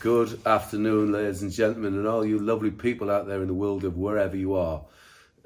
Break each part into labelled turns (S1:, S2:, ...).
S1: Good afternoon, ladies and gentlemen, and all you lovely people out there in the world of wherever you are.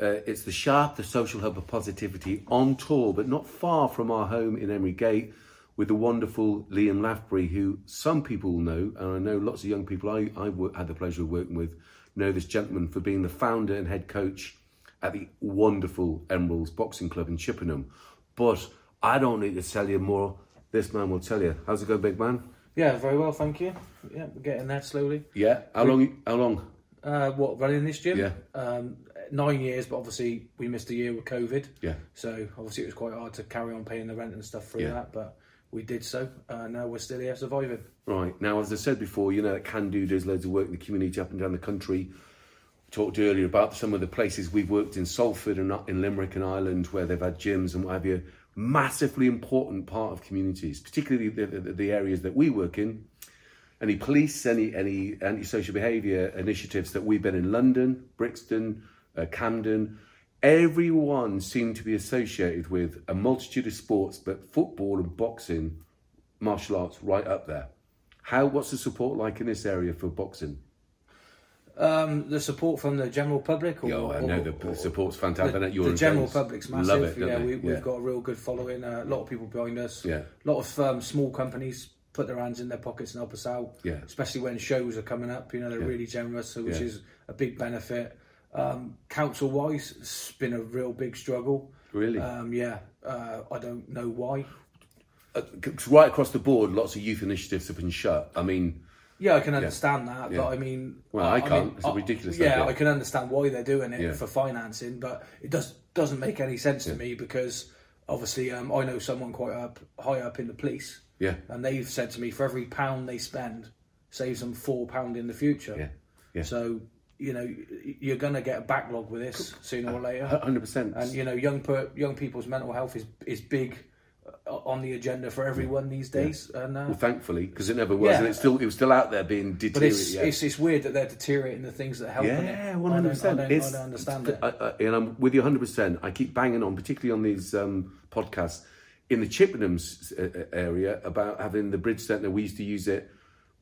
S1: Uh, it's the Sharp, the social hub of positivity, on tour, but not far from our home in Emery Gate, with the wonderful Liam Lafbury, who some people will know, and I know lots of young people I, I've wo- had the pleasure of working with know this gentleman for being the founder and head coach at the wonderful Emeralds Boxing Club in Chippenham. But I don't need to tell you more. This man will tell you. How's it going, big man?
S2: Yeah, very well, thank you. Yeah, we're getting there slowly.
S1: Yeah. How long? How long?
S2: Uh, what running this gym?
S1: Yeah.
S2: Um, nine years, but obviously we missed a year with COVID.
S1: Yeah.
S2: So obviously it was quite hard to carry on paying the rent and stuff through
S1: Yeah.
S2: that, but we did so. Uh, now we're still here surviving.
S1: Right. Now, as I said before, you know that Can Do does loads of work in the community up and down the country. Talked earlier about some of the places we've worked in Salford and up in Limerick and Ireland where they've had gyms and what have you. Massively important part of communities, particularly the, the, the areas that we work in. Any police, any any antisocial behaviour initiatives that we've been in London, Brixton, uh, Camden, everyone seemed to be associated with a multitude of sports, but football and boxing, martial arts, right up there. How? What's the support like in this area for boxing?
S2: Um, the support from the general public. Or,
S1: Oh, I know the
S2: or-
S1: the support's fantastic. I know you're
S2: the
S1: in
S2: general
S1: Wales.
S2: public's massive.
S1: Love it, don't
S2: yeah,
S1: they?
S2: we,
S1: Yeah.
S2: we've got a real good following. Uh, a lot of people behind us.
S1: Yeah.
S2: A lot of um, small companies put their hands in their pockets and help us out.
S1: Yeah.
S2: Especially when shows are coming up, you know they're really generous, so which
S1: Yeah.
S2: is a big benefit. Um, council wise, it's been a real big struggle.
S1: Really?
S2: Um, yeah. Uh, I don't know why.
S1: Uh, c- right across the board, lots of youth initiatives have been shut. I mean,
S2: Yeah, I can understand that,
S1: Yeah.
S2: but I mean,
S1: Well, I
S2: mean,
S1: can't. It's a
S2: I-
S1: ridiculous
S2: Yeah,
S1: idea.
S2: I can understand why they're doing it
S1: Yeah.
S2: for financing, but it does doesn't make any sense to me because obviously um, I know someone quite up high up in the police,
S1: Yeah.
S2: and they've said to me for every pound they spend, saves them four pound in the future.
S1: Yeah. Yeah.
S2: So you know y- you're going to get a backlog with this sooner
S1: Uh,
S2: or later
S1: hundred percent.
S2: and you know young per, young people's mental health is is big uh, on the agenda for everyone these days and uh,
S1: Well, thankfully, because it never was,
S2: Yeah.
S1: and it's still it was still out there being
S2: But it's,
S1: deteriorated. yeah.
S2: it's it's weird that they're deteriorating the things that help.
S1: Yeah,
S2: it.
S1: one
S2: I
S1: hundred
S2: don't, I
S1: percent.
S2: don't, I don't understand it.
S1: I, I, and I'm with you one hundred percent. I keep banging on, particularly on these um, podcasts in the Chippenham s- uh, uh, area about having the bridge centre. We used to use it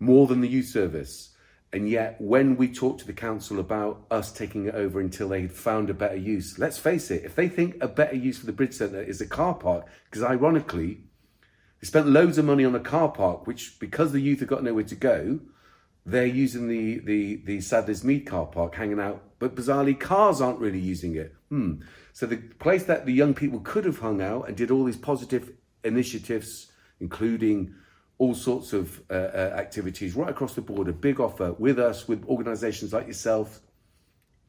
S1: more than the youth service, and yet when we talked to the council about us taking it over until they had found a better use, let's face it, if they think a better use for the bridge centre is a car park, because ironically. They spent loads of money on a car park, which because the youth have got nowhere to go, they're using the the the Sadler's Mead car park, hanging out. But bizarrely, cars aren't really using it. Hmm. So the place that the young people could have hung out and did all these positive initiatives, including all sorts of uh, uh, activities right across the board, a big offer with us, with organisations like yourself,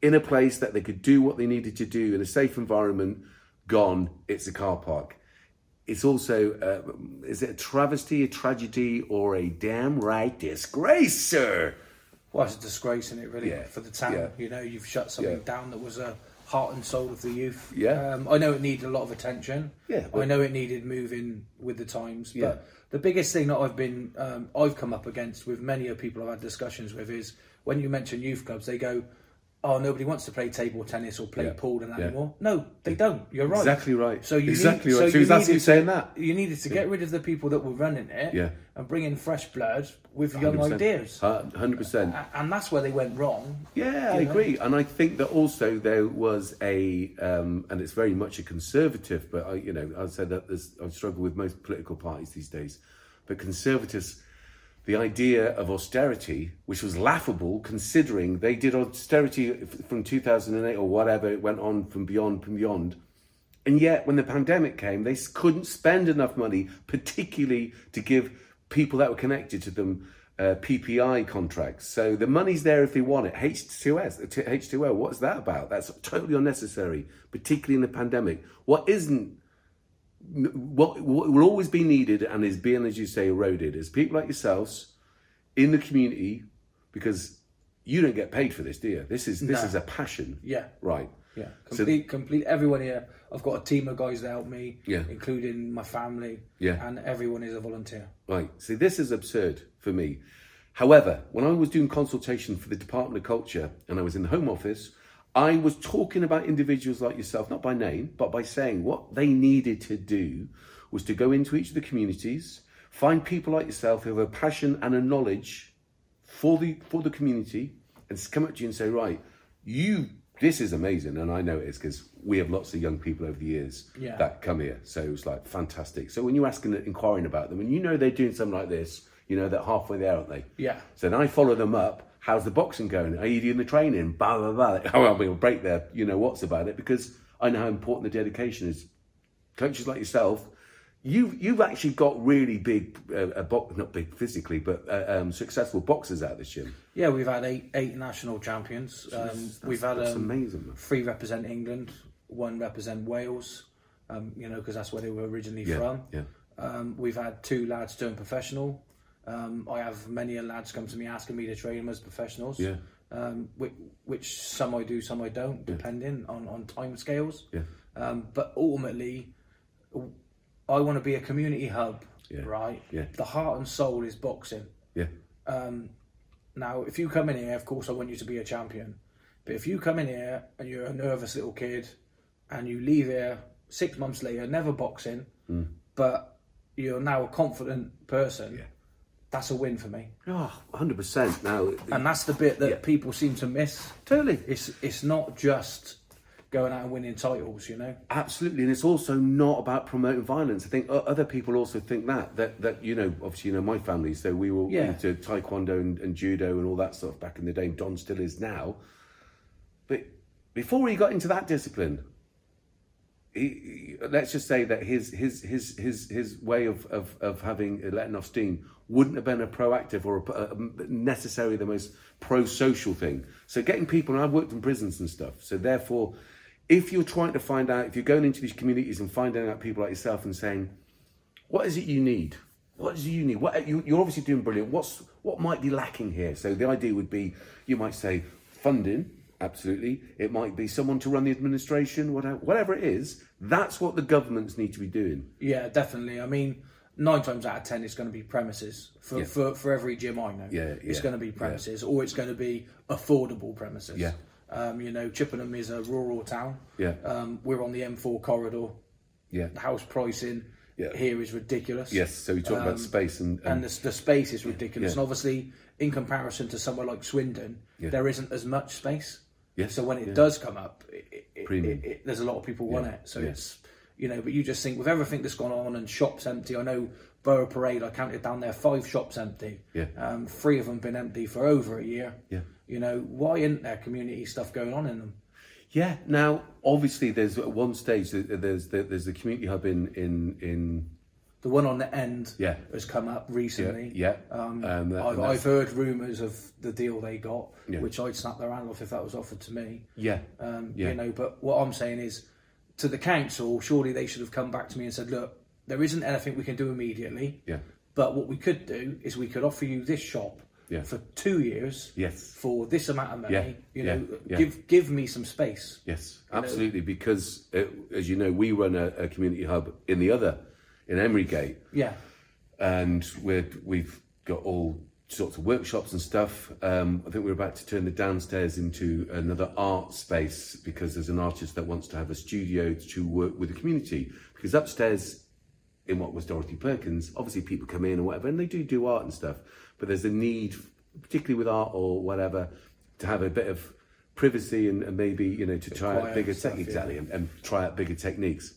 S1: in a place that they could do what they needed to do in a safe environment. Gone. It's a car park. It's also, uh, is it a travesty, a tragedy, or a damn right disgrace, sir?
S2: Well, it's a disgrace, isn't it? Really,
S1: Yeah.
S2: for the town.
S1: Yeah.
S2: You know, you've shut something
S1: Yeah.
S2: down that was a heart and soul of the youth.
S1: Yeah.
S2: Um, I know it needed a lot of attention.
S1: Yeah,
S2: I
S1: but-
S2: know it needed moving with the times.
S1: Yeah.
S2: But the biggest thing that I've been, um, I've come up against with many of people I've had discussions with is when you mention youth clubs, they go. Oh, nobody wants to play table tennis or play
S1: Yeah.
S2: pool and that
S1: Yeah.
S2: anymore. No, they don't. You're right.
S1: Exactly right.
S2: So you
S1: Exactly
S2: need,
S1: right.
S2: So
S1: So
S2: you
S1: he's actually
S2: needed to-
S1: saying that.
S2: You needed to get rid of the people that were running it
S1: Yeah.
S2: and bring in fresh blood with young ideas.
S1: Hundred percent.
S2: A- And that's where they went wrong.
S1: Yeah, I
S2: You know?
S1: agree, and I think that also there was a, um, and it's very much a conservative, but I, you know, I'd say that there's, I struggle with most political parties these days, but conservatives, the idea of austerity, which was laughable considering they did austerity f- from 2008 or whatever, it went on from beyond, from beyond, and yet when the pandemic came, they s- couldn't spend enough money, particularly to give people that were connected to them uh, PPI contracts. So the money's there if they want it. H2S, uh, t- H2O, what's that about? That's totally unnecessary, particularly in the pandemic. What isn't, n- what, what will always be needed and is being, as you say, eroded is people like yourselves in the community, because you don't get paid for this, do you? This is this
S2: No.
S1: is a passion,
S2: Yeah.
S1: right?
S2: Yeah.
S1: So-
S2: Complete, complete. Everyone here. I've got a team of guys that help me,
S1: Yeah.
S2: including my family.
S1: Yeah.
S2: And everyone is a volunteer.
S1: Right. See, this is absurd for me. However, when I was doing consultation for the Department of Culture and I was in the Home Office, I was talking about individuals like yourself, not by name, but by saying what they needed to do was to go into each of the communities, find people like yourself who have a passion and a knowledge for the for the community and s- come up to you and say, right, you this is amazing, and I know it is because we have lots of young people over the years
S2: Yeah.
S1: that come here. So it was like fantastic. So when you're asking, inquiring about them, and you know they're doing something like this, you know they're halfway there, aren't they?
S2: Yeah.
S1: So then I follow them up. How's the boxing going? Are you doing the training? Blah blah blah. Oh, I'll be a break there. You know what's about it because I know how important the dedication is coaches like yourself, you've you've actually got really big, uh, uh, bo- not big physically, but uh, um, successful boxers out this gym.
S2: Yeah, we've had eight eight national champions. Um, we've had
S1: That's
S2: um,
S1: amazing. Man.
S2: three represent England, one represent Wales. Um, you know, because that's where they were originally
S1: Yeah,
S2: from.
S1: yeah.
S2: Um, we've had two lads turn professional. Um, I have many a lads come to me asking me to train them as professionals.
S1: Yeah.
S2: Um, which, which some I do, some I don't, depending on on time scales.
S1: Yeah.
S2: Um, but ultimately, I want to be a community hub,
S1: Yeah,
S2: right?
S1: yeah.
S2: The heart and soul is boxing.
S1: Yeah,
S2: Now, if you come in here, of course, I want you to be a champion. But if you come in here and you're a nervous little kid and you leave here six months later, never boxing, but you're now a confident person, that's a win for me.
S1: oh, 100 percent. Now,
S2: And that's the bit that people seem to miss.
S1: totally,
S2: It's, it's not just going out and winning titles, you know?
S1: absolutely, and it's also not about promoting violence. I think o- other people also think that that that you know, obviously, you know, my family. So we were
S2: Yeah.
S1: into taekwondo and, and judo and all that stuff back in the day. and Don still is now, but before we got into that discipline, he, he- let's just say that his his his his his way of of, of having uh, letting off steam wouldn't have been a proactive or a, a, necessarily the most pro social thing. So getting people, and I've worked in prisons and stuff. So therefore, if you're trying to find out, if you're going into these communities and finding out people like yourself and saying, what is it you need? What is it you need? What, you, you're obviously doing brilliant. What's what might be lacking here? So the idea would be, you might say funding, absolutely. It might be someone to run the administration, whatever, whatever it is. That's what the governments need to be doing.
S2: Yeah, definitely. I mean, nine times out of ten, it's going to be premises for for, for every gym I know.
S1: Yeah,
S2: it's
S1: yeah,
S2: going to be premises, or it's going to be affordable premises.
S1: Yeah.
S2: Um, you know, Chippenham is a rural town.
S1: Yeah.
S2: Um, we're on the M4 corridor.
S1: Yeah.
S2: The house pricing
S1: Yeah.
S2: here is ridiculous.
S1: Yes. So we talk about space and, and,
S2: Um, And the, the space is ridiculous.
S1: Yeah.
S2: And obviously, in comparison to somewhere like Swindon, there isn't as much space.
S1: Yes,
S2: So when it does come up, it, it,
S1: Premium.
S2: it, it, there's a lot of people want it. So it's you know, but you just think with everything that's gone on and shops empty. I know Borough Parade. I counted down there five shops empty.
S1: Yeah.
S2: Um, three of them been empty for over a year.
S1: Yeah.
S2: You know, why isn't there community stuff going on in them?
S1: yeah. Now, obviously, there's at one stage that there's the, there's the community hub in in in
S2: The one on the end
S1: Yeah.
S2: has come up recently.
S1: yeah. Um, that-
S2: I've,
S1: and that's-
S2: I've heard rumours of the deal they got,
S1: Yeah.
S2: which I'd snap their hand off if that was offered to me.
S1: yeah.
S2: Um,
S1: Yeah.
S2: You know, but what I'm saying is, to the council, surely they should have come back to me and said, "Look, there isn't anything we can do immediately.
S1: Yeah.
S2: But what we could do is we could offer you this shop
S1: Yeah.
S2: for two years.
S1: Yes.
S2: For this amount of money.
S1: Yeah.
S2: You
S1: Yeah.
S2: know,
S1: Yeah.
S2: give give me some space.
S1: Yes, absolutely. Because uh as you know, we run a, a community hub in the other, in Emerygate,
S2: Yeah.
S1: and we're, we've got all sorts of workshops and stuff. Um, I think we're about to turn the downstairs into another art space because there's an artist that wants to have a studio to work with the community. Because upstairs, in what was Dorothy Perkins, obviously people come in and whatever, and they do do art and stuff, but there's a need, particularly with art or whatever, to have a bit of privacy and, and maybe you know to try out
S2: quiet
S1: bigger
S2: and stuff,
S1: tech
S2: yeah.
S1: exactly and, and try out bigger techniques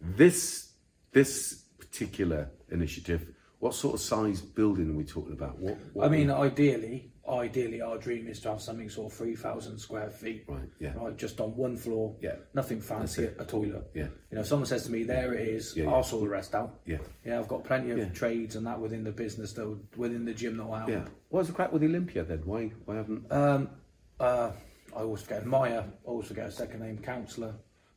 S1: this this particular initiative what sort of size building are we talking about what, what
S2: I mean, ideally, ideally, our dream is to have something sort of three thousand square feet,
S1: Right, yeah.
S2: right, just on one floor,
S1: Yeah.
S2: nothing fancy, a toilet,
S1: Yeah.
S2: You know, if someone says to me, "There it is,"
S1: Yeah, yeah.
S2: I'll sort the rest out.
S1: Yeah.
S2: yeah, I've got plenty of trades and that within the business, though, within the gym that I help.
S1: yeah what was the crack with Olympia then why why haven't
S2: Uh, I always forget Maya. I always forget her second name. Counselor.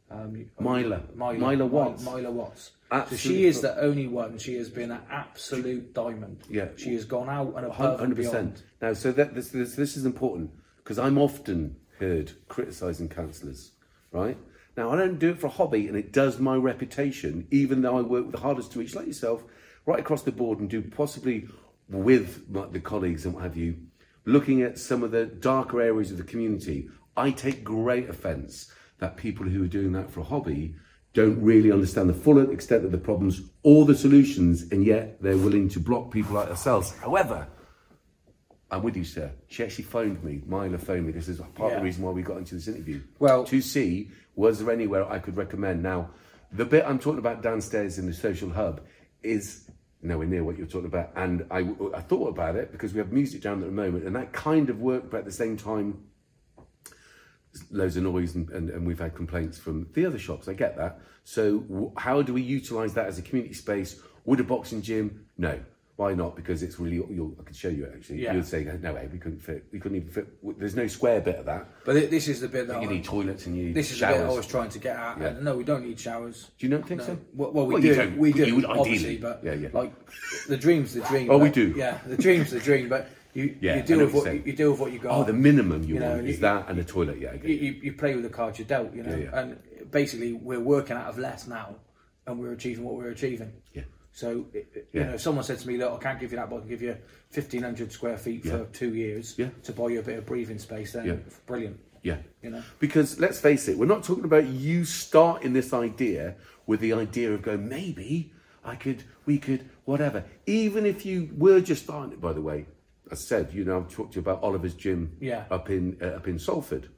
S2: Um, you-
S1: Myla.
S2: Myla.
S1: Myla Watts.
S2: Myla Watts.
S1: Absolute
S2: so she is the only one. She has been an absolute diamond.
S1: Yeah.
S2: She has gone out and above and
S1: hundred
S2: beyond.
S1: percent now so that this this, this is important because I'm often heard criticizing counsellors right now I don't do it for a hobby and it does my reputation even though I work with the hardest to reach like yourself right across the board and do possibly with my, the colleagues and what have you looking at some of the darker areas of the community, I take great offence that people who are doing that for a hobby don't really understand the full extent of the problems or the solutions, and yet they're willing to block people like ourselves. However, I'm with you, sir. She actually phoned me. Mila phoned me. This is part of
S2: Yeah.
S1: the reason why we got into this interview.
S2: Well-
S1: to see was there anywhere I could recommend. Now, the bit I'm talking about downstairs in the social hub is nowhere near what you're talking about. And I, I thought about it because we have music down at the moment, and that kind of worked, but at the same time, loads of noise and, and, and we've had complaints from the other shops. I get that. So w- how do we utilise that as a community space? Would a boxing gym? No. Why not? Because it's really. You'll, I could show you actually.
S2: Yeah.
S1: You'd say no way. We couldn't fit. We couldn't even fit. w- There's no square bit of that.
S2: But thi- this is the bit that
S1: You
S2: I,
S1: need toilets and you need
S2: this is the bit I
S1: showers.
S2: was trying to get at.
S1: Yeah.
S2: And no, we don't need showers.
S1: do you not think so?
S2: Well, well we
S1: you
S2: do.
S1: don't,
S2: We
S1: but
S2: do.
S1: You would
S2: obviously,
S1: ideally,
S2: but
S1: yeah, yeah.
S2: like the dream's the dream.
S1: Oh,
S2: but-
S1: we do.
S2: Yeah, the dream's the dream, but you
S1: Yeah,
S2: you
S1: I know
S2: deal
S1: what you're
S2: with what you,
S1: saying.
S2: you deal with what you got.
S1: oh, the minimum you,
S2: you know,
S1: want is
S2: you-
S1: that and a toilet. Yeah, I get
S2: you,
S1: it.
S2: you, you play with the cards you're dealt, you know.
S1: Yeah, yeah.
S2: And basically, we're working out of less now, and we're achieving what we're achieving.
S1: Yeah.
S2: So, it- it-
S1: Yeah.
S2: you know, if someone said to me, "Look, I can't give you that, but I can give you fifteen hundred square feet for two years
S1: Yeah.
S2: to buy you a bit of breathing space," then
S1: Yeah.
S2: brilliant.
S1: Yeah.
S2: You know?
S1: Because let's face it, we're not talking about you starting this idea with the idea of going, maybe I could, we could, whatever. Even if you were just starting it, by the way, I said, you know, I've talked to you about Oliver's gym
S2: Yeah.
S1: up in uh, up in Salford.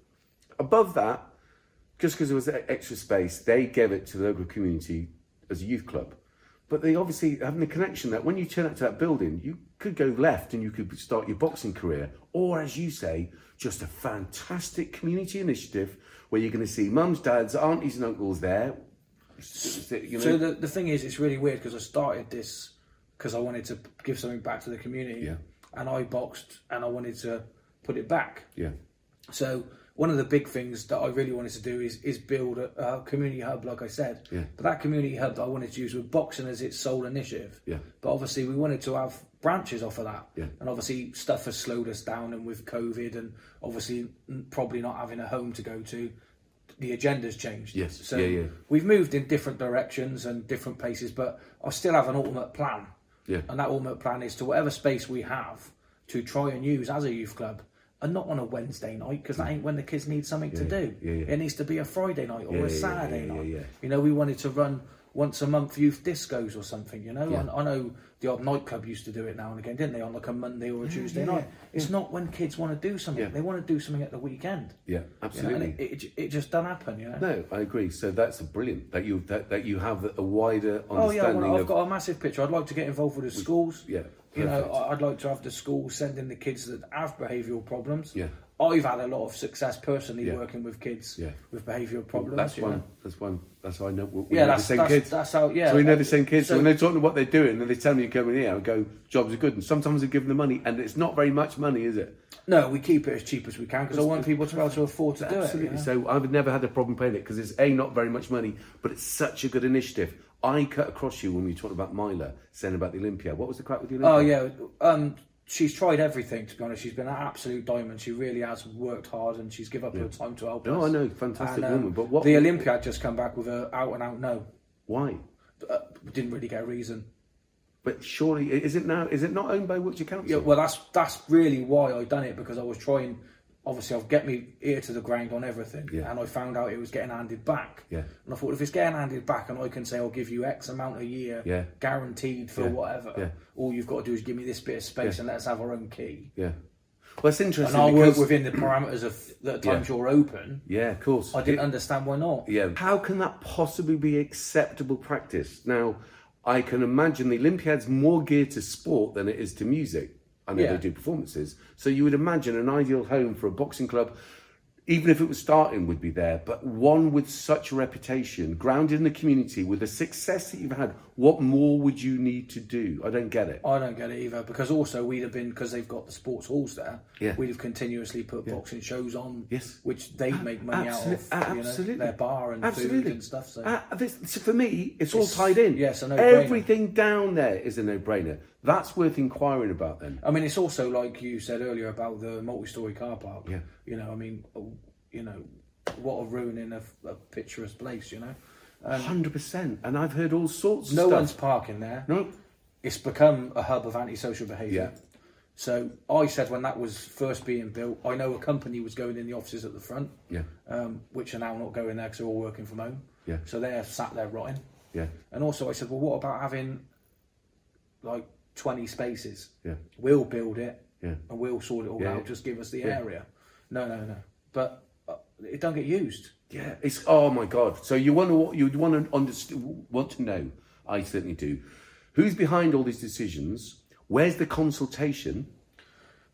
S1: Above that, just because there was e- extra space, they gave it to the local community as a youth club. But they obviously having the connection that when you turn up to that building, you could go left and you could start your boxing career, or as you say, just a fantastic community initiative where you're going to see mums, dads, aunties, and uncles there. S- You know,
S2: So the the thing is, it's really weird because I started this because I wanted to give something back to the community,
S1: Yeah.
S2: and I boxed and I wanted to put it back.
S1: yeah,
S2: So one of the big things that I really wanted to do is is build a, a community hub, like I said.
S1: Yeah.
S2: But that community hub that I wanted to use with boxing as its sole initiative.
S1: Yeah.
S2: But obviously we wanted to have branches off of that.
S1: Yeah.
S2: And obviously stuff has slowed us down, and with COVID, and obviously n- probably not having a home to go to, the agenda's changed.
S1: Yes.
S2: So
S1: Yeah, yeah.
S2: we've moved in different directions and different places, but I still have an ultimate plan.
S1: Yeah.
S2: And that ultimate plan is to whatever space we have to try and use as a youth club, and not on a Wednesday night because that ain't when the kids need something to do.
S1: yeah, yeah.
S2: It needs to be a Friday night or a
S1: yeah,
S2: Saturday
S1: yeah, yeah,
S2: night.
S1: yeah.
S2: You know, we wanted to run once a month youth discos or something. You know, and I know the odd nightclub used to do it now and again, didn't they? On like a Monday or a Tuesday night. It's not when kids want to do something;
S1: Yeah.
S2: they want to do something at the weekend.
S1: yeah,
S2: You know,
S1: absolutely.
S2: And it, it, it just doesn't happen, you know.
S1: no, I agree. So that's brilliant that you that, that you have a wider
S2: Oh yeah,
S1: understanding
S2: well, I've
S1: of
S2: got a massive picture. I'd like to get involved with the schools.
S1: yeah,
S2: you know,
S1: perfect.
S2: I- I'd like to have the schools sending the kids that have behavioural problems.
S1: Yeah.
S2: I've had a lot of success personally
S1: Yeah.
S2: working with kids
S1: Yeah.
S2: with behavioural problems.
S1: That's
S2: you
S1: one.
S2: know.
S1: That's one. That's how I know. We we
S2: Yeah,
S1: know the
S2: that's
S1: same
S2: that's,
S1: kids.
S2: that's how. Yeah,
S1: so we know
S2: and-
S1: the same kids. So,
S2: so-
S1: when they're talking about what they're doing, and they tell me you come in here and go, jobs are good. And sometimes they're given the money, and it's not very much money, is it?
S2: No, we keep it as cheap as we can because I want people to be able to afford to do it. you know.
S1: So I've never had a problem paying it because it's a not very much money, but it's such a good initiative. I cut across you when we talked about Myla saying about the Olympia. What was the crack with the Olympia?
S2: Oh yeah, um, she's tried everything. To be honest, she's been an absolute diamond. She really has worked hard, and she's given up her time to help
S1: No,
S2: us.
S1: I know, fantastic
S2: And, um,
S1: woman. But what?
S2: the Olympiad just come back with a out and out no.
S1: why?
S2: Uh, didn't really get a reason.
S1: But surely, is it now? Is it not owned by Wiltshire Council?
S2: Yeah, well, that's that's really why I done it because I was trying. Obviously, I've get me ear to the ground on everything,
S1: Yeah.
S2: and I found out it was getting handed back.
S1: Yeah.
S2: And I thought, if it's getting handed back, and I can say I'll give you X amount a year,
S1: Yeah.
S2: guaranteed for whatever,
S1: Yeah.
S2: all you've got to do is give me this bit of space and let us have our own key,
S1: yeah. Well, it's
S2: and
S1: interesting.
S2: I'll work
S1: because-
S2: within the parameters of the times you're open.
S1: Yeah, of course.
S2: I didn't understand why not.
S1: Yeah. How can that possibly be acceptable practice? Now, I can imagine the Olympiad's more geared to sport than it is to music. I know they
S2: Yeah.
S1: do performances. So you would imagine an ideal home for a boxing club, even if it was starting, would be there. But one with such a reputation, grounded in the community, with the success that you've had, what more would you need to do? I don't get it.
S2: I don't get it either because also we'd have been because they've got the sports halls there.
S1: Yeah.
S2: We'd have continuously put boxing shows on.
S1: Yes.
S2: Which they make money
S1: Absolute-
S2: out of. you know,
S1: absolutely.
S2: their bar and
S1: absolutely.
S2: food and stuff. So
S1: Ah, this, so for me, it's, all tied in.
S2: yes, a no-brainer.
S1: Everything down there is a no-brainer. That's worth inquiring about then.
S2: I mean, it's also like you said earlier about the multi-story car park.
S1: Yeah.
S2: You know, I mean, uh, you know, what a ruin in a, a picturesque place. You know, um,
S1: Hundred percent, and I've heard all sorts.
S2: no
S1: of
S2: one's
S1: stuff.
S2: parking there.
S1: no.
S2: It's become a hub of antisocial behaviour.
S1: Yeah.
S2: So I said when that was first being built, I know a company was going in the offices at the front.
S1: Yeah,
S2: um, which are now not going there because they're all working from home.
S1: Yeah.
S2: So they're sat there rotting.
S1: yeah,
S2: And also, I said, well, what about having like 20 spaces?
S1: yeah,
S2: We'll build it.
S1: Yeah.
S2: and we'll sort it all
S1: Yeah,
S2: out.
S1: yeah.
S2: Just give us the area. No, no, no. But uh, it don't get used.
S1: Yeah, it's oh my god. So you wonder what you'd want to understand, want to know. I certainly do. Who's behind all these decisions? Where's the consultation?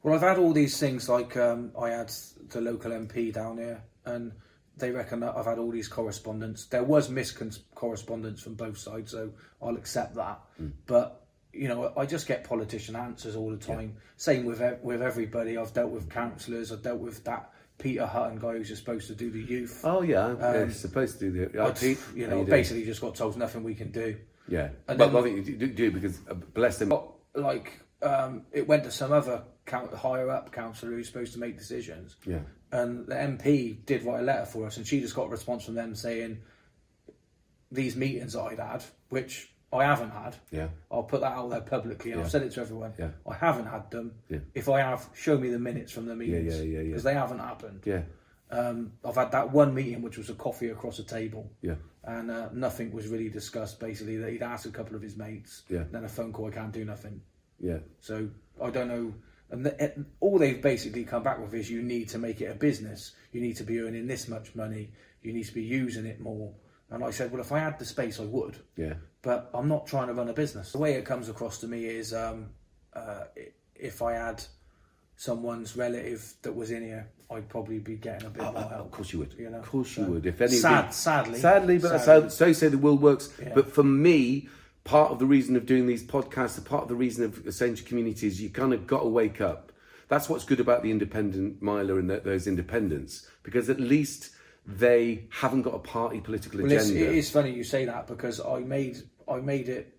S2: Well, I've had all these things like um, I had the local MP down here, and they reckon that I've had all these correspondence. There was miscon correspondence from both sides, so I'll accept that.
S1: Hmm.
S2: But you know, I just get politician answers all the time. Same with ev- with everybody. I've dealt with councillors. I've dealt with that Peter Hutton guy who's supposed to do the youth.
S1: Oh yeah, they're supposed to do the IT.
S2: Um, you
S1: How
S2: know,
S1: doing?
S2: basically just got told nothing we can do.
S1: Yeah,
S2: and
S1: but
S2: then- Oh.
S1: I think you do, do because uh, bless them.
S2: But like, um, it went to some other coun higher up councillor who's supposed to make decisions.
S1: Yeah,
S2: and the MP did write a letter for us, and she just got a response from them saying these meetings that I'd had, which I haven't had.
S1: yeah,
S2: I'll put that out there publicly. and I've said it to everyone.
S1: Yeah.
S2: I haven't had them.
S1: Yeah.
S2: If I have, show me the minutes from the meetings.
S1: yeah, yeah, yeah.
S2: Because they haven't happened.
S1: yeah,
S2: Um, I've had that one meeting, which was a coffee across a table.
S1: yeah,
S2: And uh, nothing was really discussed. Basically, that he'd asked a couple of his mates.
S1: Yeah.
S2: Then a phone call. I can't do nothing.
S1: yeah.
S2: So I don't know. And the, it- all they've basically come back with is you need to make it a business. You need to be earning this much money. You need to be using it more. And I said, well, if I had the space, I would.
S1: Yeah.
S2: But I'm not trying to run a business. The way it comes across to me is um, uh, i- if I had someone's relative that was in here, I'd probably be getting a bit more
S1: Oh, of
S2: help.
S1: course you would.
S2: You know,
S1: of course you
S2: so-
S1: would. If anything,
S2: Sad- sadly.
S1: sadly, but that's
S2: Sadly.
S1: how so say the world works. But for me, part of the reason of doing these podcasts, part of the reason of essential community is you kind of got to wake up. That's what's good about the independent miler and th- those independents because at least they haven't got a party political
S2: Well, it's,
S1: agenda.
S2: it is funny you say that because I made I made it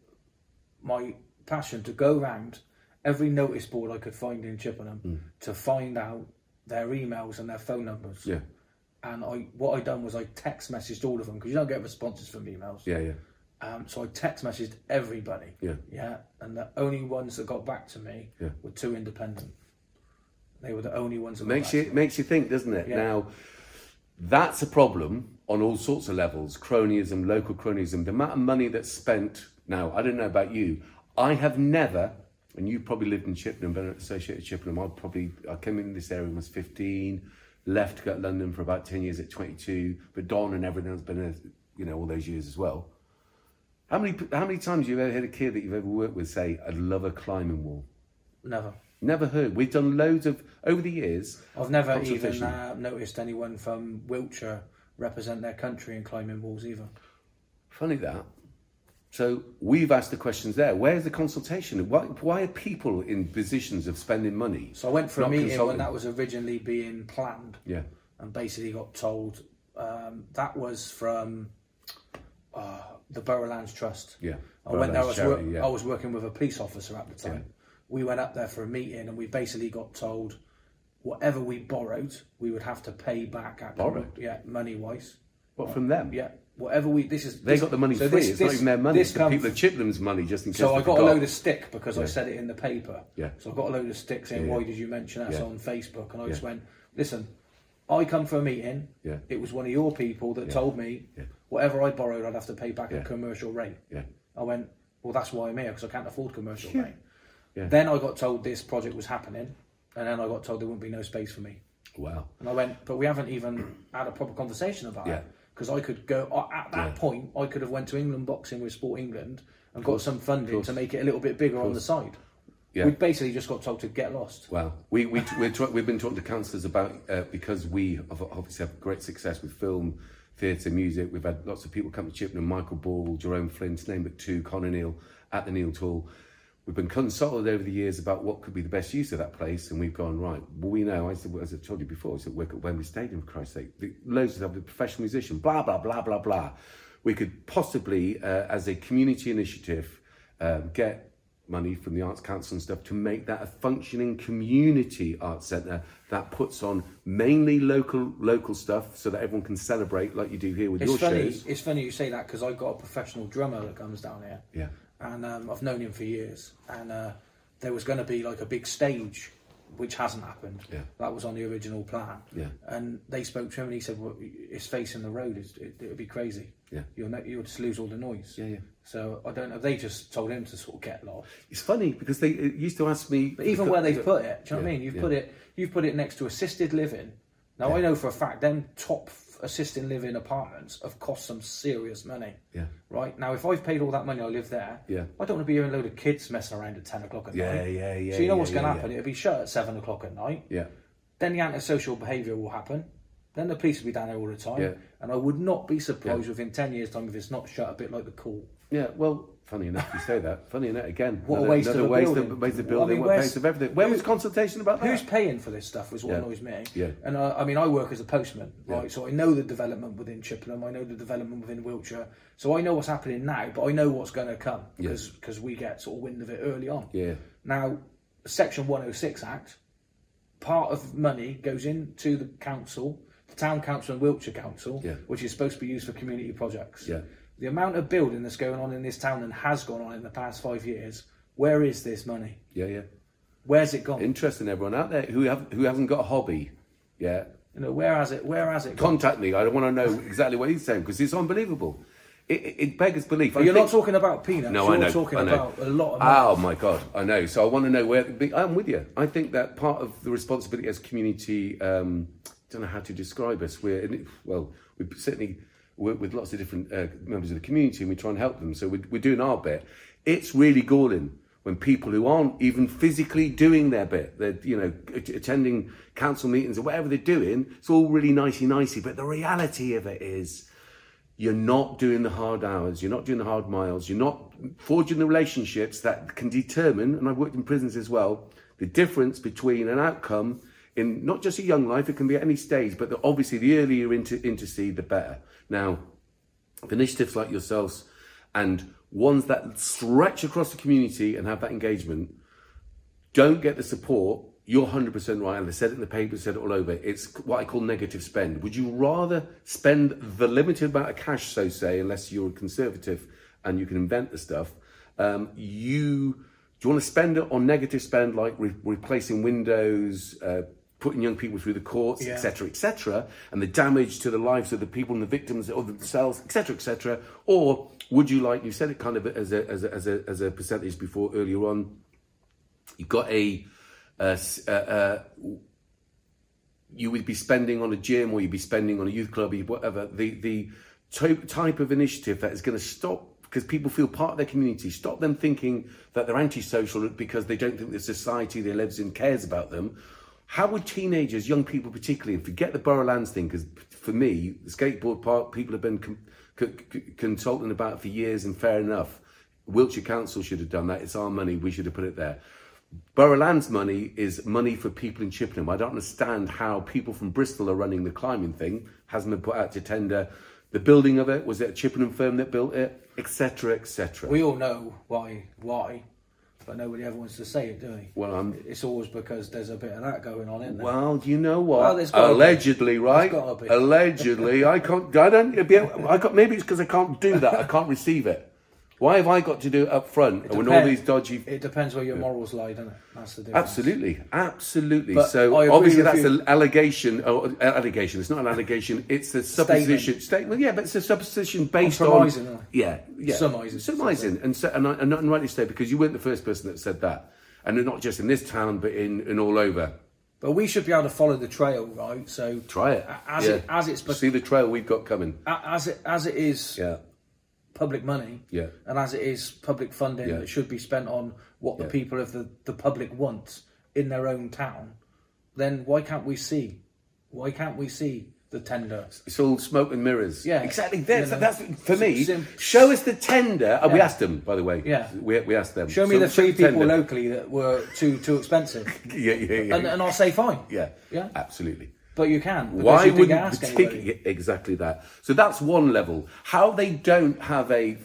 S2: my passion to go round every notice board I could find in Chippenham
S1: Hmm.
S2: to find out their emails and their phone numbers.
S1: yeah,
S2: And I what I done was I text messaged all of them because you don't get responses from emails.
S1: yeah, yeah,
S2: Um, so I text messaged everybody.
S1: Yeah.
S2: Yeah. And the only ones that got back to me
S1: Yeah.
S2: were two independent. They were the only ones that
S1: makes
S2: got back
S1: you it makes you think, doesn't it?
S2: Yeah.
S1: Now, that's a problem on all sorts of levels: cronyism, local cronyism. The amount of money that's spent now. I don't know about you. I have never, and you probably lived in Chippenham, been associated with Chippenham. I probably I came in this area when I was fifteen, left to go to London for about ten years at twenty-two. But Don and everything has been, uh, you know, all those years as well. How many how many times you ever heard a kid that you've ever worked with say, "I'd love a climbing wall"?
S2: Never.
S1: Never heard. We've done loads of over the years.
S2: I've never even
S1: Consultation.
S2: uh, noticed anyone from Wiltshire represent their country in climbing walls either.
S1: Funny that. So we've asked the questions there. Where's the consultation? Why, why are people in positions of spending money?
S2: So I went for a
S1: Not
S2: meeting
S1: consulting.
S2: when that was originally being planned,
S1: Yeah,
S2: and basically got told um, that was from uh, the Boroughlands Trust.
S1: yeah.
S2: I went there. I
S1: Well,
S2: was,
S1: that's
S2: wor-
S1: charity, yeah.
S2: I was working with a police officer at the time. We went up there for a meeting, and we basically got told whatever we borrowed, we would have to pay back. At
S1: Borrowed?
S2: yeah, money wise.
S1: what from them?
S2: Yeah, whatever we this is.
S1: They got the money
S2: so
S1: free.
S2: this-
S1: it's not
S2: this-
S1: even their money.
S2: this
S1: It's the
S2: come
S1: people of Chippenham's money, just in case.
S2: So
S1: they
S2: I got a
S1: forgot.
S2: load of stick because I said it in the paper.
S1: Yeah.
S2: So I got a load of stick saying,
S1: Yeah,
S2: "Why
S1: yeah.
S2: did you mention us
S1: Yeah.
S2: on Facebook?" And I just
S1: Yeah.
S2: went, "Listen, I come for a meeting.
S1: Yeah.
S2: It was one of your people that told me
S1: Yeah.
S2: whatever I borrowed, I'd have to pay back
S1: Yeah.
S2: at commercial rate."
S1: Yeah,
S2: I went, "Well, that's why I'm here because I can't afford commercial rate."
S1: Yeah.
S2: Then I got told this project was happening, and then I got told there wouldn't be no space for me.
S1: wow.
S2: And I went, "But we haven't even had a proper conversation about
S1: Yeah.
S2: it." Because I could go I- at that point, I could have went to England boxing with Sport England and got some funding to make it a little bit bigger on the side.
S1: Yeah.
S2: We basically just got told to get lost.
S1: Wow. We, we, we're tra- we've been talking to councillors about, uh, because we have obviously have great success with film, theatre, music. We've had lots of people come to Chippenham, Michael Ball, Jerome Flint, to name but two, Connor Neal, at the Neil Tool. We've been consulted over the years about what could be the best use of that place, and we've gone, right, well, we know, I said, well, as I told you before, I said, work at Wembley Stadium, for Christ's sake. The, loads of stuff, the professional musician, blah, blah, blah, blah, blah. We could possibly, uh, as a community initiative, um, get money from the Arts Council and stuff to make that a functioning community arts centre that puts on mainly local local stuff so that everyone can celebrate like you do here with
S2: It's
S1: your
S2: funny.
S1: shows.
S2: It's funny you say that because I got a professional drummer that comes down here.
S1: Yeah.
S2: And um, I've known him for years. And uh, there was going to be like a big stage, which hasn't happened.
S1: Yeah.
S2: That was on the original plan.
S1: Yeah.
S2: And they spoke to him and he said, well, "It's facing the road. It's, it, it'd be crazy."
S1: Yeah.
S2: you'll ne- you'll just lose all the noise.
S1: Yeah, yeah.
S2: So I don't know. They just told him to sort of get lost.
S1: It's funny because they it used to ask me.
S2: But even where they've put it, do you know what I
S1: Yeah,
S2: mean? You've
S1: yeah.
S2: put it, you've put it next to assisted living. Now I know for a fact, them top f- assisted living apartments have cost some serious money.
S1: Yeah.
S2: Right now, if I've paid all that money, I live there.
S1: Yeah.
S2: I don't want to be hearing a load of kids messing around at ten o'clock at
S1: Yeah,
S2: night.
S1: yeah, yeah,
S2: So you know
S1: yeah,
S2: what's going to
S1: yeah,
S2: happen? It'll be shut at seven o'clock at night.
S1: Yeah.
S2: Then the antisocial behaviour will happen. Then the police will be down there all the time.
S1: Yeah.
S2: And I would not be surprised within ten years' time if it's not shut a bit like the call.
S1: Yeah, well, funny enough you say that. Funny enough, again,
S2: What a
S1: another,
S2: waste of
S1: another
S2: a
S1: waste
S2: building.
S1: of waste of
S2: I
S1: building,
S2: mean,
S1: what
S2: where's-
S1: waste of everything. Where was consultation about that?
S2: Who's paying for this stuff is what
S1: Yeah.
S2: annoys me.
S1: Yeah.
S2: And I, I mean, I work as a postman, right? So I know the development within Chippenham. I know the development within Wiltshire. So I know what's happening now, but I know what's going to come because we get sort of wind of it early on.
S1: Yeah.
S2: Now, Section 106 Act, part of money goes into the council, the town council and Wiltshire council,
S1: Yeah.
S2: which is supposed to be used for community projects.
S1: Yeah.
S2: The amount of building that's going on in this town and has gone on in the past five years, where is this money?
S1: Yeah, yeah.
S2: Where's it gone?
S1: Interesting, everyone out there who have who hasn't got a hobby. Yeah,
S2: You know, where has it? Where has it gone?
S1: contact me. I don't want to know exactly what he's saying because it's unbelievable. It, it, it beggars belief. I
S2: But you're
S1: think-
S2: not talking about peanuts.
S1: No,
S2: you're
S1: I know.
S2: talking
S1: I know.
S2: about a lot of money.
S1: Oh my god, I know. So I want to know where. but I'm with you. I think that part of the responsibility as community. Um, don't know how to describe us. We're in, well, we certainly work with lots of different uh, members of the community, and we try and help them. So we're, we're doing our bit. It's really galling when people who aren't even physically doing their bit, they're you know att- attending council meetings or whatever they're doing. It's all really nicey nicey, but the reality of it is you're not doing the hard hours, you're not doing the hard miles, you're not forging the relationships that can determine, and I've worked in prisons as well, the difference between an outcome in not just a young life, it can be at any stage, but the, obviously the earlier you inter- intercede, the better. Now, for initiatives like yourselves and ones that stretch across the community and have that engagement, don't get the support, you're 100% right. And they said it in the paper, said it all over. It's what I call negative spend. Would you rather spend the limited amount of cash, so say, unless you're a conservative and you can invent the stuff? Um, you do you want to spend it on negative spend, like re- replacing windows, uh, putting young people through the courts,
S2: Yeah.
S1: etc., etc., and the damage to the lives of the people and the victims of themselves, etc., etc.? Or would you like? You said it kind of as a as a as a, as a percentage before earlier on you've got a, uh, s- uh, uh, you would be spending on a gym or you'd be spending on a youth club or whatever the the to- type of initiative that is going to stop because people feel part of their community stop them thinking that they're antisocial because they don't think the society they lives in cares about them how would teenagers young people particularly and forget the borough lands thing because for me the skateboard park people have been con- con- con- consulting about for years and fair enough wiltshire council should have done that it's our money we should have put it there Borough Land's money is money for people in Chippenham. I don't understand how people from Bristol are running the climbing thing. Hasn't been put out to tender. The building of it was it a Chippenham firm that built it, etc., etc.
S2: We all know why, why, but nobody ever wants to say it, do they?
S1: Well, I'm.
S2: It's always because there's a bit of that going on, isn't there?
S1: Well, you know what?
S2: Well, there's gotta be.
S1: Allegedly, right?
S2: gotta be.
S1: Allegedly, I can't. I don't. it'd Be, I got. Maybe it's because I can't do that. I can't receive it. Why have I got to do it up front when all
S2: Depend-
S1: these dodgy?
S2: It depends where your morals lie, doesn't it? That's the difference.
S1: Absolutely, absolutely.
S2: But I
S1: so
S2: agree
S1: obviously
S2: with
S1: that's
S2: you.
S1: an allegation. Or uh, allegation. It's not an allegation. It's a supposition statement. Yeah, but it's a supposition based on.
S2: Compromising, uh,
S1: yeah, yeah.
S2: surmising.
S1: Surmising, and so, and, I, and, and rightly so because you weren't the first person that said that, and not just in this town, but in, in all over.
S2: But we should be able to follow the trail, right? So
S1: Try it.
S2: A- as
S1: yeah.
S2: it as it's
S1: see the trail we've got coming.
S2: a- as it as it is
S1: Yeah,
S2: public money,
S1: Yeah.
S2: and as it is public funding
S1: Yeah.
S2: that should be spent on what
S1: Yeah.
S2: the people of the, the public want in their own town, then why can't we see? Why can't we see the tender?
S1: it's all smoke and mirrors.
S2: Yeah.
S1: exactly. That's,
S2: You know,
S1: that's for me.
S2: sim-
S1: show us the tender. and we asked them, by the way.
S2: Yeah.
S1: we, we asked them.
S2: Show me
S1: So
S2: the three
S1: show
S2: people
S1: tender.
S2: locally that were too too expensive,
S1: Yeah, yeah, yeah.
S2: and, uh, and I'll say fine.
S1: yeah,
S2: yeah.
S1: absolutely.
S2: But you can. because
S1: Why
S2: you didn't
S1: would
S2: ask anybody?
S1: exactly that? So that's one level. How they don't have a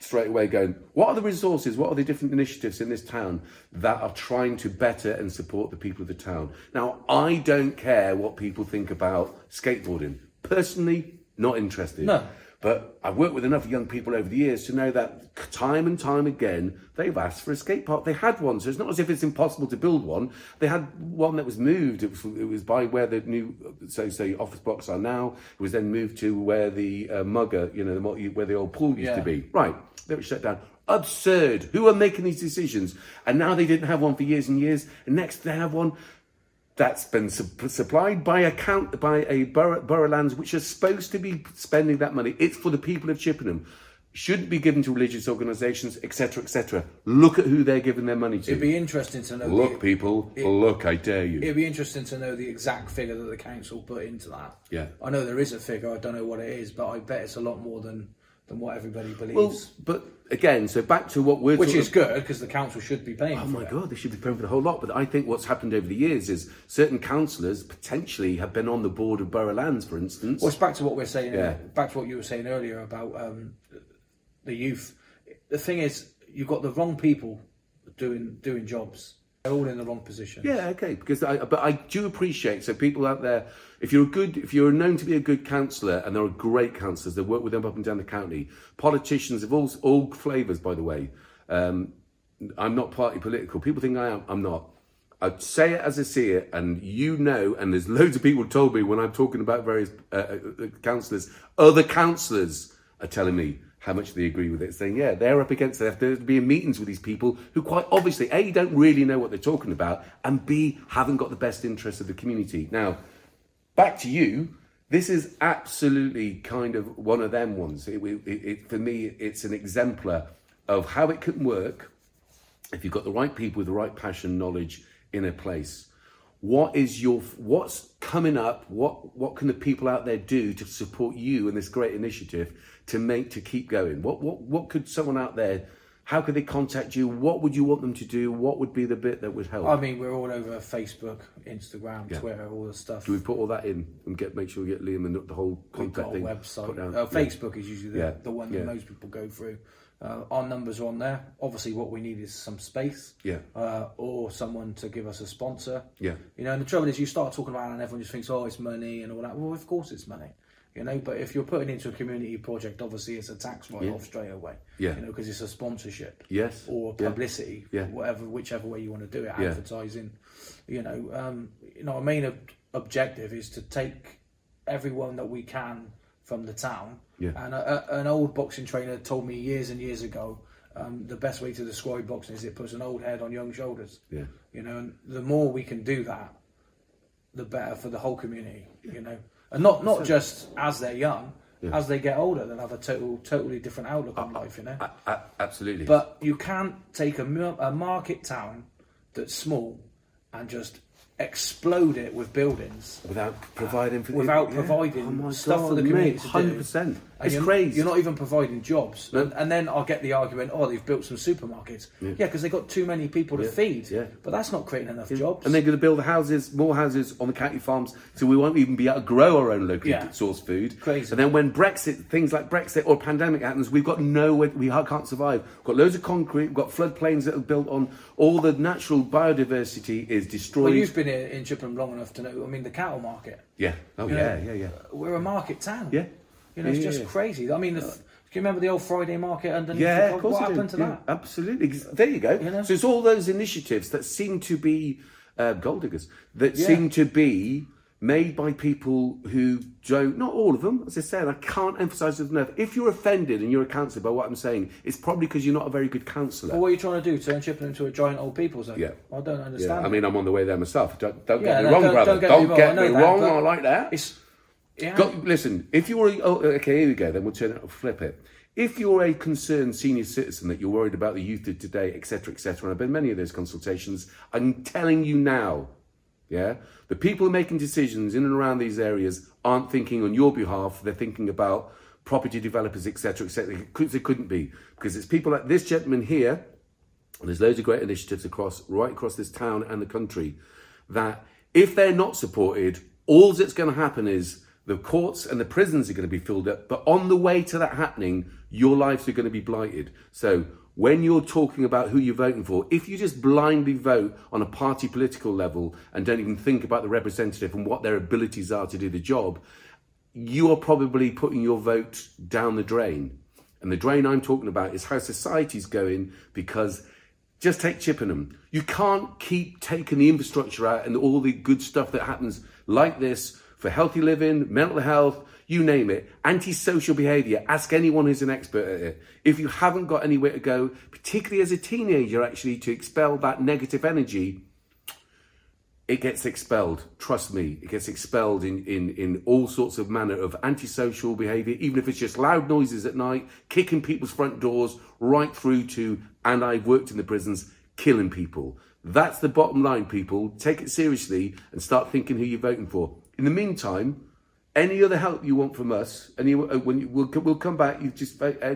S1: straight away going. What are the resources? What are the different initiatives in this town that are trying to better and support the people of the town? Now, I don't care what people think about skateboarding. Personally, not interested.
S2: No.
S1: But I've worked with enough young people over the years to know that time and time again, they've asked for a skate park. They had one, so it's not as if it's impossible to build one. They had one that was moved. It was, it was by where the new, so say, office blocks are now. It was then moved to where the uh, mugger, you know, the, mo- where the old pool used to
S2: Yeah.
S1: be. Right, they were shut down. Absurd. Who are making these decisions? And now they didn't have one for years and years. And next they have one that's been sup- supplied by a count by a borough, borough lands which are supposed to be spending that money. It's for the people of Chippenham. Shouldn't be given to religious organisations, etc., etc. Look at who they're giving their money to.
S2: It'd be interesting to know.
S1: look,
S2: the,
S1: people, look. I dare you.
S2: It'd be interesting to know the exact figure that the council put into that.
S1: Yeah.
S2: I know there is a figure. I don't know what it is, but I bet it's a lot more than than what everybody believes.
S1: Well, but again, so back to what we're
S2: which
S1: talking
S2: is good because the council should be paying.
S1: Oh my god, they should be paying for the whole lot. But I think what's happened over the years is certain councillors potentially have been on the board of borough lands, for instance.
S2: Well, it's back to what we're saying.
S1: Yeah.
S2: Back to what you were saying earlier about um, the youth. The thing is, you've got the wrong people doing doing jobs. They're all in the wrong position.
S1: Yeah, okay. Because I, but I do appreciate. So people out there, if you're a good, if you're known to be a good counsellor, and there are great counsellors, they work with them up and down the county. Politicians of all all flavours, by the way. Um, I'm not party political. People think I am. I'm not. I say it as I see it, and you know. And there's loads of people told me when I'm talking about various uh, uh, uh, councillors, other councillors are telling me how much they agree with it, saying, yeah, they're up against it. They're being meetings with these people who quite obviously, A, don't really know what they're talking about, and B, haven't got the best interests of the community. Now, back to you. This is absolutely kind of one of them ones. It, it, it, for me, it's an exemplar of how it can work if you've got the right people with the right passion, knowledge in a place. What is your what's coming up? What what can the people out there do to support you in this great initiative to make to keep going? What what what could someone out there? How could they contact you? What would you want them to do? What would be the bit that would help?
S2: I mean, we're all over Facebook, Instagram, Twitter, all the stuff.
S1: we put all that in and get make sure we get Liam and the whole
S2: got
S1: contact
S2: a
S1: thing.
S2: website.
S1: put down.
S2: Uh, Facebook is usually the,
S1: Yeah.
S2: the one
S1: Yeah.
S2: that most people go through. Uh, our numbers are on there. Obviously, what we need is some space.
S1: Yeah.
S2: Uh, or someone to give us a sponsor.
S1: Yeah.
S2: You know, and the trouble is, you start talking around and everyone just thinks, oh, it's money and all that. Well, of course it's money. You know, but if you're putting into a community project, obviously it's a tax write-off straight away.
S1: Yeah.
S2: You know, because it's a sponsorship.
S1: Yes.
S2: Or
S1: Yeah.
S2: publicity.
S1: Yeah.
S2: Whatever, whichever way you want to do it,
S1: Yeah.
S2: advertising. You know, um, you know, our main ob- objective is to take everyone that we can from the town.
S1: Yeah.
S2: And a, a, an old boxing trainer told me years and years ago, um, the best way to describe boxing is it puts an old head on young shoulders.
S1: Yeah.
S2: You know, and the more we can do that, the better for the whole community. You know, and not not just as they're young, as they get older, they'll have a total totally different outlook on life. You know.
S1: A- a- absolutely.
S2: But you can't take a, mu- a market town that's small and just explode it with buildings
S1: without providing for
S2: without
S1: yeah.
S2: providing
S1: Oh my
S2: stuff
S1: God,
S2: for the
S1: mate,
S2: community. to do.
S1: 100%.
S2: And
S1: It's
S2: you're,
S1: crazy.
S2: You're not even providing jobs. And, and then I'll get the argument, oh, they've built some supermarkets. Yeah, because they've got too many people to feed.
S1: yeah.
S2: But that's not creating enough jobs.
S1: And they're going to build houses, more houses on the county farms, so we won't even be able to grow our own locally
S2: Yeah.
S1: sourced food.
S2: Crazy.
S1: And then when Brexit, things like Brexit or pandemic happens, we've got nowhere, we ha- can't survive. We've got loads of concrete, we've got floodplains that are built on, all the natural biodiversity is destroyed.
S2: well, you've been in, in Chippenham long enough to know, I mean, the cattle market.
S1: yeah. Oh, yeah,
S2: Yeah.
S1: yeah, yeah.
S2: We're a market town.
S1: Yeah.
S2: You know, it's
S1: Yeah,
S2: just
S1: yeah. Uh,
S2: crazy. I mean, the, f- do you remember the old Friday market underneath?
S1: Yeah,
S2: the,
S1: of course.
S2: What
S1: I do.
S2: happened to
S1: Yeah,
S2: that?
S1: Absolutely. Ex- There you go.
S2: know?
S1: So it's all those initiatives that seem to be uh, gold diggers that seem to be made by people who don't. Not all of them, as I said. I can't emphasise it enough. If you're offended and you're a counsellor by what I'm saying, it's probably because you're not a very good counsellor.
S2: Well, what are you trying to do? Turn Chippenham into a giant old people's home?
S1: Yeah.
S2: I don't
S1: Yeah,
S2: understand.
S1: I
S2: that.
S1: mean, I'm on the way there myself. Don't, don't
S2: Yeah,
S1: get me
S2: no,
S1: wrong,
S2: don't-
S1: brother.
S2: don't get me wrong, I know that,
S1: wrong.
S2: but
S1: I like that.
S2: It's yeah.
S1: Got, listen, if you're a, oh, okay, here we go. Then we'll turn it, flip it. If you're a concerned senior citizen that you're worried about the youth of today, etc., etc., and I've been many of those consultations, I'm telling you now, yeah, the people making decisions in and around these areas aren't thinking on your behalf. They're thinking about property developers, etc., etc. Because they couldn't be, because it's people like this gentleman here and there's loads of great initiatives across right across this town and the country that if they're not supported, all that's going to happen is the courts and the prisons are going to be filled up. But on the way to that happening, your lives are going to be blighted. So when you're talking about who you're voting for, if you just blindly vote on a party political level and don't even think about the representative and what their abilities are to do the job, you are probably putting your vote down the drain. And the drain I'm talking about is how society's going because just take Chippenham. You can't keep taking the infrastructure out and all the good stuff that happens like this for healthy living, mental health, you name it, antisocial behaviour. Ask anyone who's an expert at it. If you haven't got anywhere to go, particularly as a teenager, actually, to expel that negative energy, it gets expelled. Trust me, it gets expelled in, in, in all sorts of manner of antisocial behaviour, even if it's just loud noises at night, kicking people's front doors, right through to, and I've worked in the prisons, killing people. That's the bottom line, people. Take it seriously and start thinking who you're voting for. In the meantime, any other help you want from us, any, uh, when you, we'll, we'll come back, you've just uh, uh,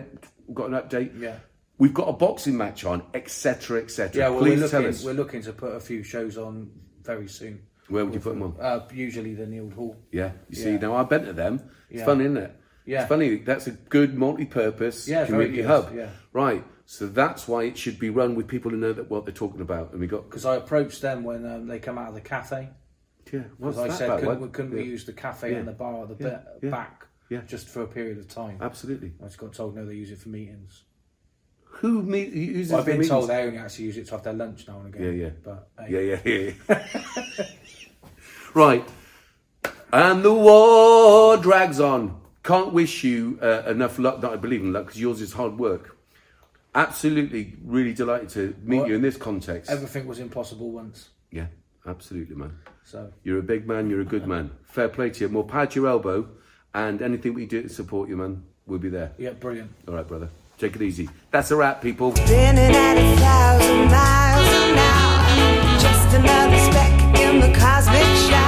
S1: got an update.
S2: Yeah.
S1: We've got a boxing match on, etc., etc.
S2: Yeah, well, we're
S1: Please
S2: looking,
S1: tell us.
S2: we're looking to put a few shows on very soon.
S1: Where would you put them on?
S2: Uh, usually the Neil Hall.
S1: Yeah, you see,
S2: Yeah.
S1: now I've been to them. It's
S2: Yeah.
S1: fun, isn't it?
S2: Yeah.
S1: It's funny, that's a good multi purpose
S2: Yeah, very
S1: community
S2: good,
S1: hub.
S2: yeah.
S1: Right, so that's why it should be run with people who know that what they're talking about. And we got,
S2: Because I approached them when um, they come out of the cafe.
S1: yeah, what's
S2: Because I
S1: that
S2: said,
S1: about?
S2: couldn't, we,
S1: What-
S2: couldn't
S1: yeah,
S2: we use the cafe and the bar at the
S1: Yeah.
S2: ba-
S1: Yeah.
S2: back
S1: Yeah. Um,
S2: just for a period of time?
S1: Absolutely.
S2: I just got told no, they use it for meetings.
S1: Who me- who uses
S2: Well, I've
S1: the
S2: been
S1: meetings?
S2: told they only actually use it to have their lunch now and again.
S1: Yeah, yeah.
S2: But uh, hey,
S1: Yeah, yeah, yeah. yeah. right. And the war drags on. Can't wish you uh, enough luck that I believe in luck because yours is hard work. Absolutely, really delighted to meet
S2: Well,
S1: you in this context.
S2: everything was impossible once.
S1: Yeah, absolutely, man.
S2: So
S1: You're a big man, you're a good man. Fair play to you. More pad your elbow, and anything we do to support you, man, we'll be there.
S2: yeah, brilliant.
S1: All right, brother. Take it easy. That's a wrap, people.
S3: Spinning at a thousand miles an hour. Just another speck in the cosmic shower.